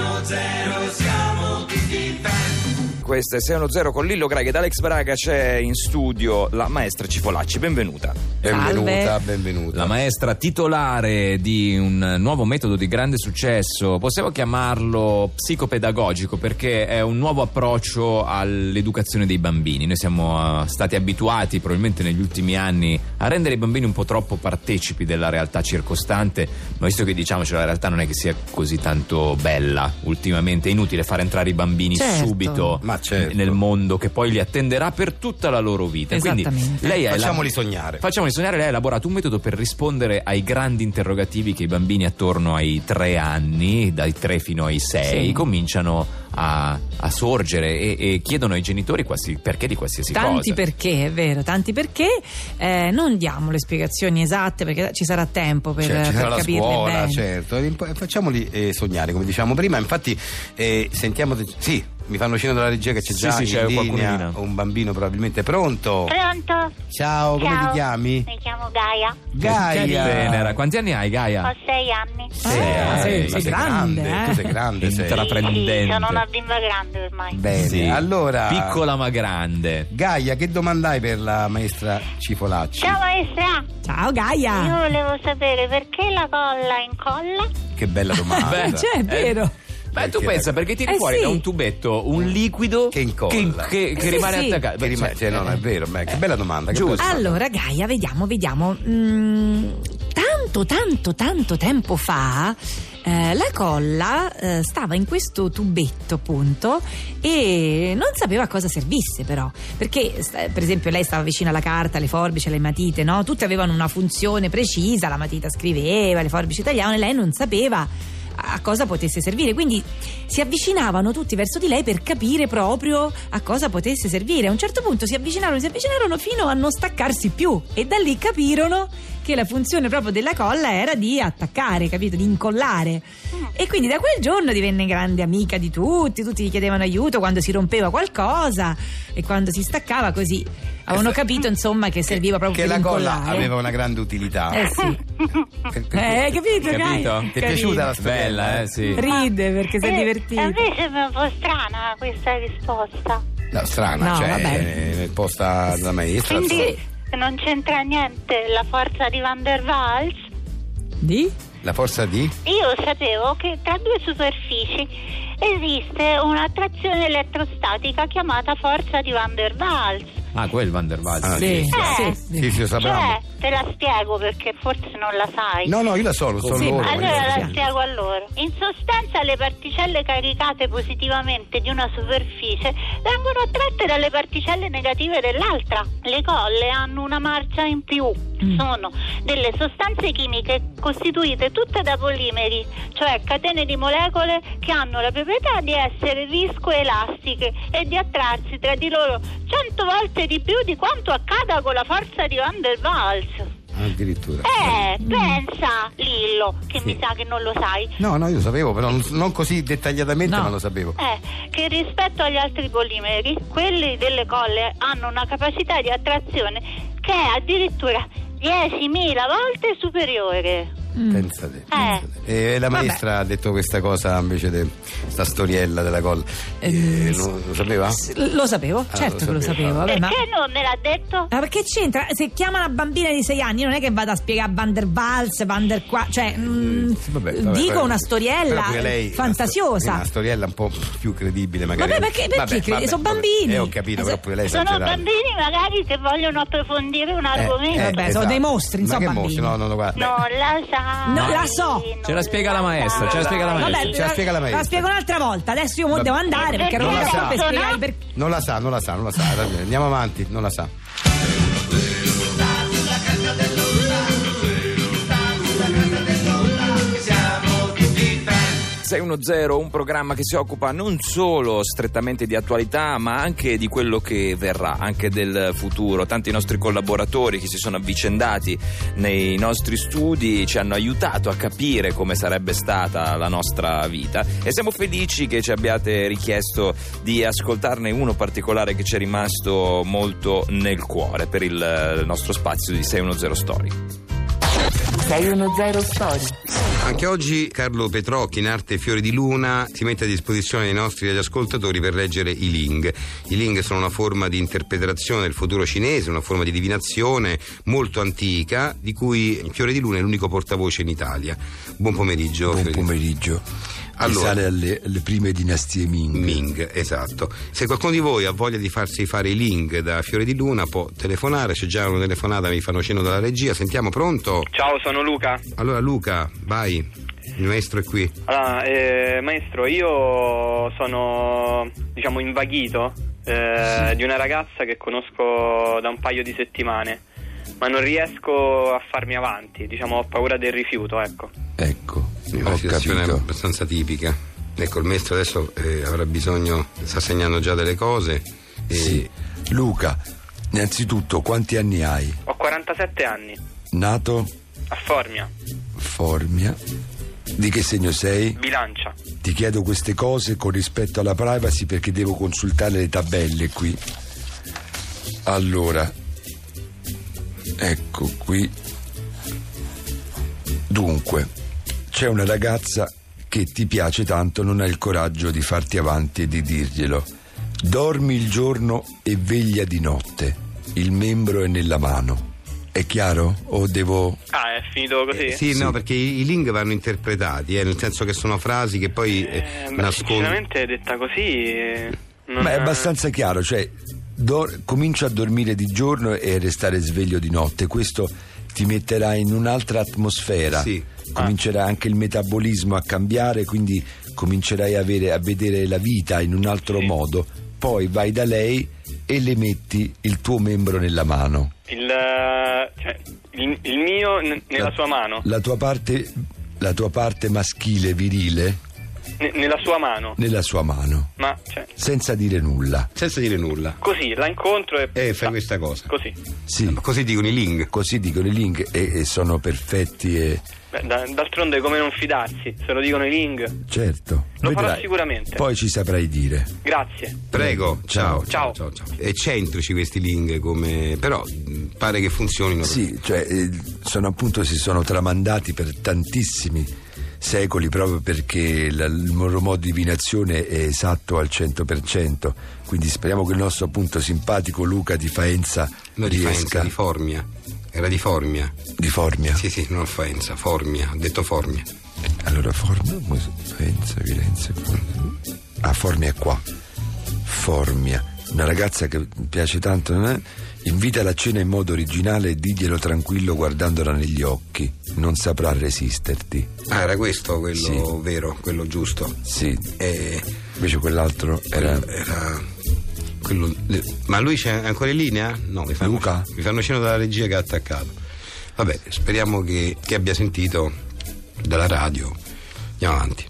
610 siamo tutti fan. Questo è 610 con Lillo Greg ed Alex Braga c'è in studio la maestra Cifolacci, benvenuta. Salve. Benvenuta, benvenuta. La maestra titolare di un nuovo metodo di grande successo, possiamo chiamarlo psicopedagogico perché è un nuovo approccio all'educazione dei bambini. Noi siamo eh, stati abituati probabilmente negli ultimi anni a rendere i bambini un po' troppo partecipi della realtà circostante, ma visto che diciamoci la realtà non è che sia così tanto bella ultimamente, è inutile far entrare i bambini Certo. subito Ma Eh, certo. nel mondo che poi li attenderà per tutta la loro vita. Quindi Esattamente. lei è la- Facciamoli sognare. Facciamoli sognare, lei ha elaborato un metodo per rispondere ai grandi interrogativi che i bambini attorno ai tre anni, dai tre fino ai sei, Sì. cominciano a, a sorgere e, e chiedono ai genitori quasi, perché di qualsiasi Tanti cosa. perché, è vero, tanti perché. Eh, non diamo le spiegazioni esatte perché ci sarà tempo per, Cioè, ci per sarà la capirne scuola, bene. certo. E poi Facciamoli eh, sognare, come diciamo prima. Infatti, eh, sentiamo. se- Sì, mi fanno scino dalla regia che c'è Sì, già sì, in c'è qualcuno in linea linea. un bambino probabilmente pronto. Pronto? Ciao, Oh, come Ciao. ti chiami? Mi chiamo Gaia, Che Gaia. Eh, tenera. Quanti anni hai, Gaia? Ah. ho sei anni. Sì, Ah, sei- ma sei grande, eh. tu sei grande, sei. Intra- sì, Intraprendente. sono una bimba grande ormai. Bene, Sì. allora. Piccola ma grande. Gaia, che domandai per la maestra Cifolacci? Ciao maestra, Ciao io Gaia! volevo sapere perché la colla incolla? Che bella domanda. Beh, Cioè, è vero. Beh, tu Perché, pensa, ragazzi? perché tiri Eh, fuori sì. da un tubetto un liquido Che incolla. che- che Sì, rimane sì. attaccato. Che Beh, rimane- cioè, no, no, è vero, beh, che bella domanda. che Giusto. bella domanda. Allora Gaia, vediamo, vediamo. Mm, tanto, tanto, tanto tempo fa eh, la colla eh, stava in questo tubetto appunto e non sapeva a cosa servisse però. Perché sta- per esempio lei stava vicino alla carta, alle forbici, alle matite, no? Tutte avevano una funzione precisa, la matita scriveva, le forbici tagliavano e lei non sapeva a cosa potesse servire. Quindi si avvicinavano tutti verso di lei per capire proprio a cosa potesse servire. A un certo punto si avvicinarono, si avvicinarono fino a non staccarsi più e da lì capirono che la funzione proprio della colla era di attaccare, capito? Di incollare. E quindi da quel giorno divenne grande amica di tutti, tutti gli chiedevano aiuto quando si rompeva qualcosa e quando si staccava così. Avevano capito insomma che serviva proprio che per la colla incollare. aveva una grande utilità. Eh sì. Per- per- Eh, hai capito, Capito? Gaia? Ti è piaciuta la storia? Bella, eh, sì. Ride perché si è Eh, divertita. Invece è un po' strana questa risposta. No, strana, No, cioè, vabbè. eh, posta dalla maestra. Quindi insomma. non c'entra niente la forza di Van der Waals? Di? La forza di? Io sapevo che tra due superfici esiste un'attrazione elettrostatica chiamata forza di Van der Waals. Ah, quel Van der Waals. Ah, Sì, sì, Eh, Sì, sì, lo Cioè, sapevamo. te la spiego perché forse non la sai. No, no, io la so, lo so Cioè? Sì, loro. ma Allora sì. la spiego a loro. In sostanza le particelle caricate positivamente di una superficie vengono attratte dalle particelle negative dell'altra. Le colle hanno una marcia in più. Mm. Sono delle sostanze chimiche costituite tutte da polimeri, cioè catene di molecole che hanno la proprietà di essere viscoelastiche e di attrarsi tra di loro 100 volte di più di quanto accada con la forza di Van der Waals. Addirittura. Eh, pensa, Lillo, che mi Sì. sa che non lo sai. No, no, io lo sapevo, però non, non così dettagliatamente, No. ma lo sapevo. Eh, che rispetto agli altri polimeri, quelli delle colle hanno una capacità di attrazione che è addirittura 10.000 volte superiore. Mm. Pensate. Eh. pensate. E la maestra ha detto questa cosa invece di sta storiella della colla. Eh, lo, lo sapeva? S- Lo sapevo, Ah, lo certo che lo sapevo. sapevo. Vabbè, ma... Perché non me l'ha detto? Ma perché c'entra? Se chiama una bambina di 6 anni, non è che vada a spiegare Van der Waals, Van der Qua. Cioè, mm, Eh, sì, vabbè, vabbè, dico vabbè. una Però storiella pure lei è una sto- è fantasiosa. Una storiella un po' più credibile, magari. Vabbè, ma che- perché credi? Sono bambini. Eh, ho capito, Eh, però so- pure lei è Sono esagerata. bambini magari che vogliono approfondire un Eh, argomento. eh, Vabbè, sono dei mostri, Ma insomma, che mostri? No, bambini. no, no, guarda. Non la sai. No, la so. non Ce la spiega la maestra, ce la sai. spiega la Vabbè, maestra. Ce la spiega la maestra. spiego un'altra volta. Adesso io mo Vabbè. devo andare perché ero qua Perché la per so, spiegare no? perché- Non la sa, non la sa, non la sa. ha ragione. Andiamo avanti, non la sa. Siamo tutti fan. 610, un programma che si occupa non solo strettamente di attualità, ma anche di quello che verrà, anche del futuro. Tanti nostri collaboratori che si sono avvicendati nei nostri studi ci hanno aiutato a capire come sarebbe stata la nostra vita e siamo felici che ci abbiate richiesto di ascoltarne uno particolare che ci è rimasto molto nel cuore per il eh, nostro spazio di 610 Story. 610 Story. Anche oggi Carlo Petrocchi in arte Fiori di Luna si mette a disposizione dei nostri ascoltatori per leggere i Ling. I Ling sono una forma di interpretazione del futuro cinese, una forma di divinazione molto antica di cui Fiore di Luna è l'unico portavoce in Italia. Buon pomeriggio. Buon Federico. pomeriggio. Allora. Risale alle, alle prime dinastie Ming. Ming, esatto. Se qualcuno di voi ha voglia di farsi fare i link da Fiore di Luna può telefonare, c'è già una telefonata, mi fanno cenno dalla regia, sentiamo pronto. Ciao, sono Luca. Allora Luca, vai, il maestro è qui. Allora, eh, maestro, io sono, diciamo, invaghito eh, di una ragazza che conosco da un paio di settimane, ma non riesco a farmi avanti, diciamo, ho paura del rifiuto, ecco. Ecco, Sì, una ho situazione capito. abbastanza tipica. Ecco, il maestro adesso eh, avrà bisogno, sta segnando già delle cose. E Sì. Luca, innanzitutto quanti anni hai? Ho 47 anni, Nato? a Formia, Formia. Di che segno sei? bilancia. Ti chiedo queste cose con rispetto alla privacy perché devo consultare le tabelle qui. Allora, ecco qui. Dunque, c'è una ragazza che ti piace tanto, non ha il coraggio di farti avanti e di dirglielo. Dormi il giorno e veglia di notte. Il membro è nella mano. È chiaro? O devo... Ah, è finito così? Eh, sì, no, perché i, i link vanno interpretati, eh, nel senso che sono frasi che poi eh, Eh, beh, nascondono. sinceramente detta così... eh, non- Ma è abbastanza chiaro, cioè dor- comincia a dormire di giorno e restare sveglio di notte, questo ti metterà in un'altra atmosfera, Sì. comincerà anche il metabolismo a cambiare, quindi comincerai a, avere- a vedere la vita in un altro Sì. modo, poi vai da lei e le metti il tuo membro nella mano. Il, eh, cioè, il- il mio n- nella La- sua mano. La tua parte, la tua parte maschile, virile, Ne- nella sua mano. nella sua mano, Ma, cioè, senza dire nulla. Senza dire nulla. così, la incontro e... E fai Ah, questa cosa. Così. Sì, Così dicono i link. così dicono i link e, e sono perfetti e... Beh, da- d'altronde come non fidarsi, se lo dicono i Ling. Certo. Lo farò vedrai. sicuramente. Poi ci saprai dire. Grazie. Prego, ciao. Ciao. Eccentrici questi link, come... però mh, pare che funzionino. Sì, cioè, eh, sono appunto si sono tramandati per tantissimi secoli proprio perché la- il loro modo di divinazione è esatto al 100%. Quindi speriamo che il nostro appunto simpatico Luca di Faenza No, di riesca Faenza, di Formia. Era di Formia. di Formia. Sì, sì, non Faenza, Formia, ho detto Formia. Allora Formia, come si- Faenza, Firenze. Formia. Ah, Formia è qua. Formia, una ragazza che piace tanto, eh? invitala a cena in modo originale e diglielo tranquillo guardandola negli occhi. Non saprà resisterti. Ah, era questo quello Sì. vero, quello giusto. Sì. Eh, Invece quell'altro era. era quello- le- ma lui c'è ancora in linea? No, mi fanno, Luca? mi fanno cenno dalla regia che ha attaccato. Vabbè, speriamo che, che abbia sentito dalla radio. Andiamo avanti.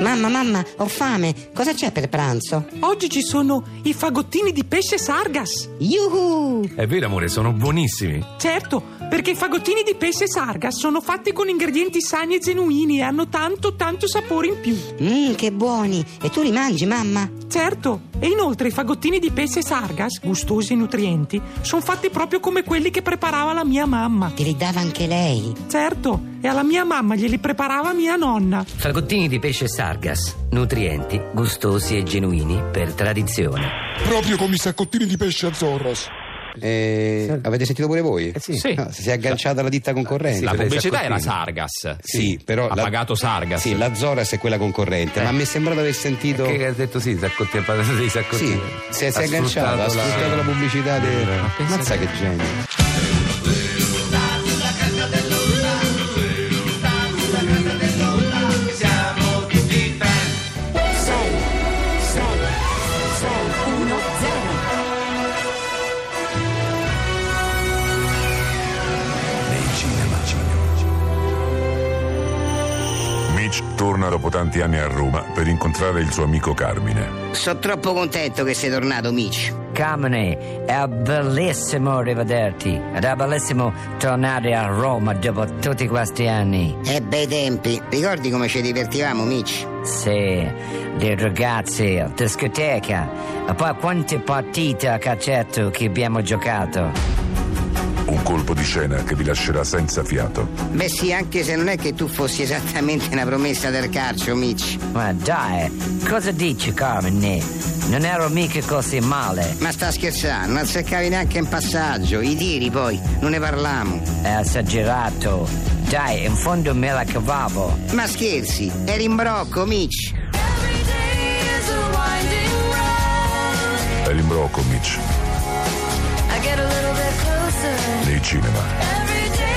Mamma, mamma, ho fame. Cosa c'è per pranzo? Oggi ci sono i fagottini di pesce sargas. Yuhu! È vero, amore, sono buonissimi. Certo, perché i fagottini di pesce sargas sono fatti con ingredienti sani e genuini e hanno tanto tanto sapore in più. Mmm, che buoni! E tu li mangi, mamma? Certo, e inoltre i fagottini di pesce sargas, gustosi e nutrienti, sono fatti proprio come quelli che preparava la mia mamma. Te li dava anche lei. Certo, e alla mia mamma glieli preparava mia nonna. Fagottini di pesce sargas, nutrienti, gustosi e genuini per tradizione. Proprio come i saccottini di pesce a Zorros. avete sentito pure voi? sì. Sì. No, Ah, si è agganciata alla ditta concorrente. La pubblicità era Sargas. Sì, però Ha la- pagato Sargas. Eh. Sì, la Zoras è quella concorrente, ma mi è sembrato aver sentito. ha detto sì, saccotti dei saccottini. Sì, si è, si è agganciato, ha ascoltato la Eh, pubblicità del. Mazza che genio. Siamo tutti fan. Mitch torna dopo tanti anni a Roma per incontrare il suo amico Carmine. Sono troppo contento che sei tornato, Mitch. Carmine, è bellissimo rivederti. Ed è bellissimo tornare a Roma dopo tutti questi anni. E bei tempi. Ricordi come ci divertivamo, Mitch? Sì, le ragazze, discoteca. E poi quante partite a calcetto che abbiamo giocato. Un colpo di scena che vi lascerà senza fiato. Beh sì, anche se non è che tu fossi esattamente una promessa del calcio, Mitch. Ma dai, cosa dici, Carmine? Non ero mica così male. Ma sta scherzando, non seccavi neanche in passaggio. I tiri poi, non ne parliamo. È esagerato. Dai, in fondo me la cavavo. Ma scherzi, eri in brocco, Mitch. È l'imbrocco, Mitch, nei cinema. Every day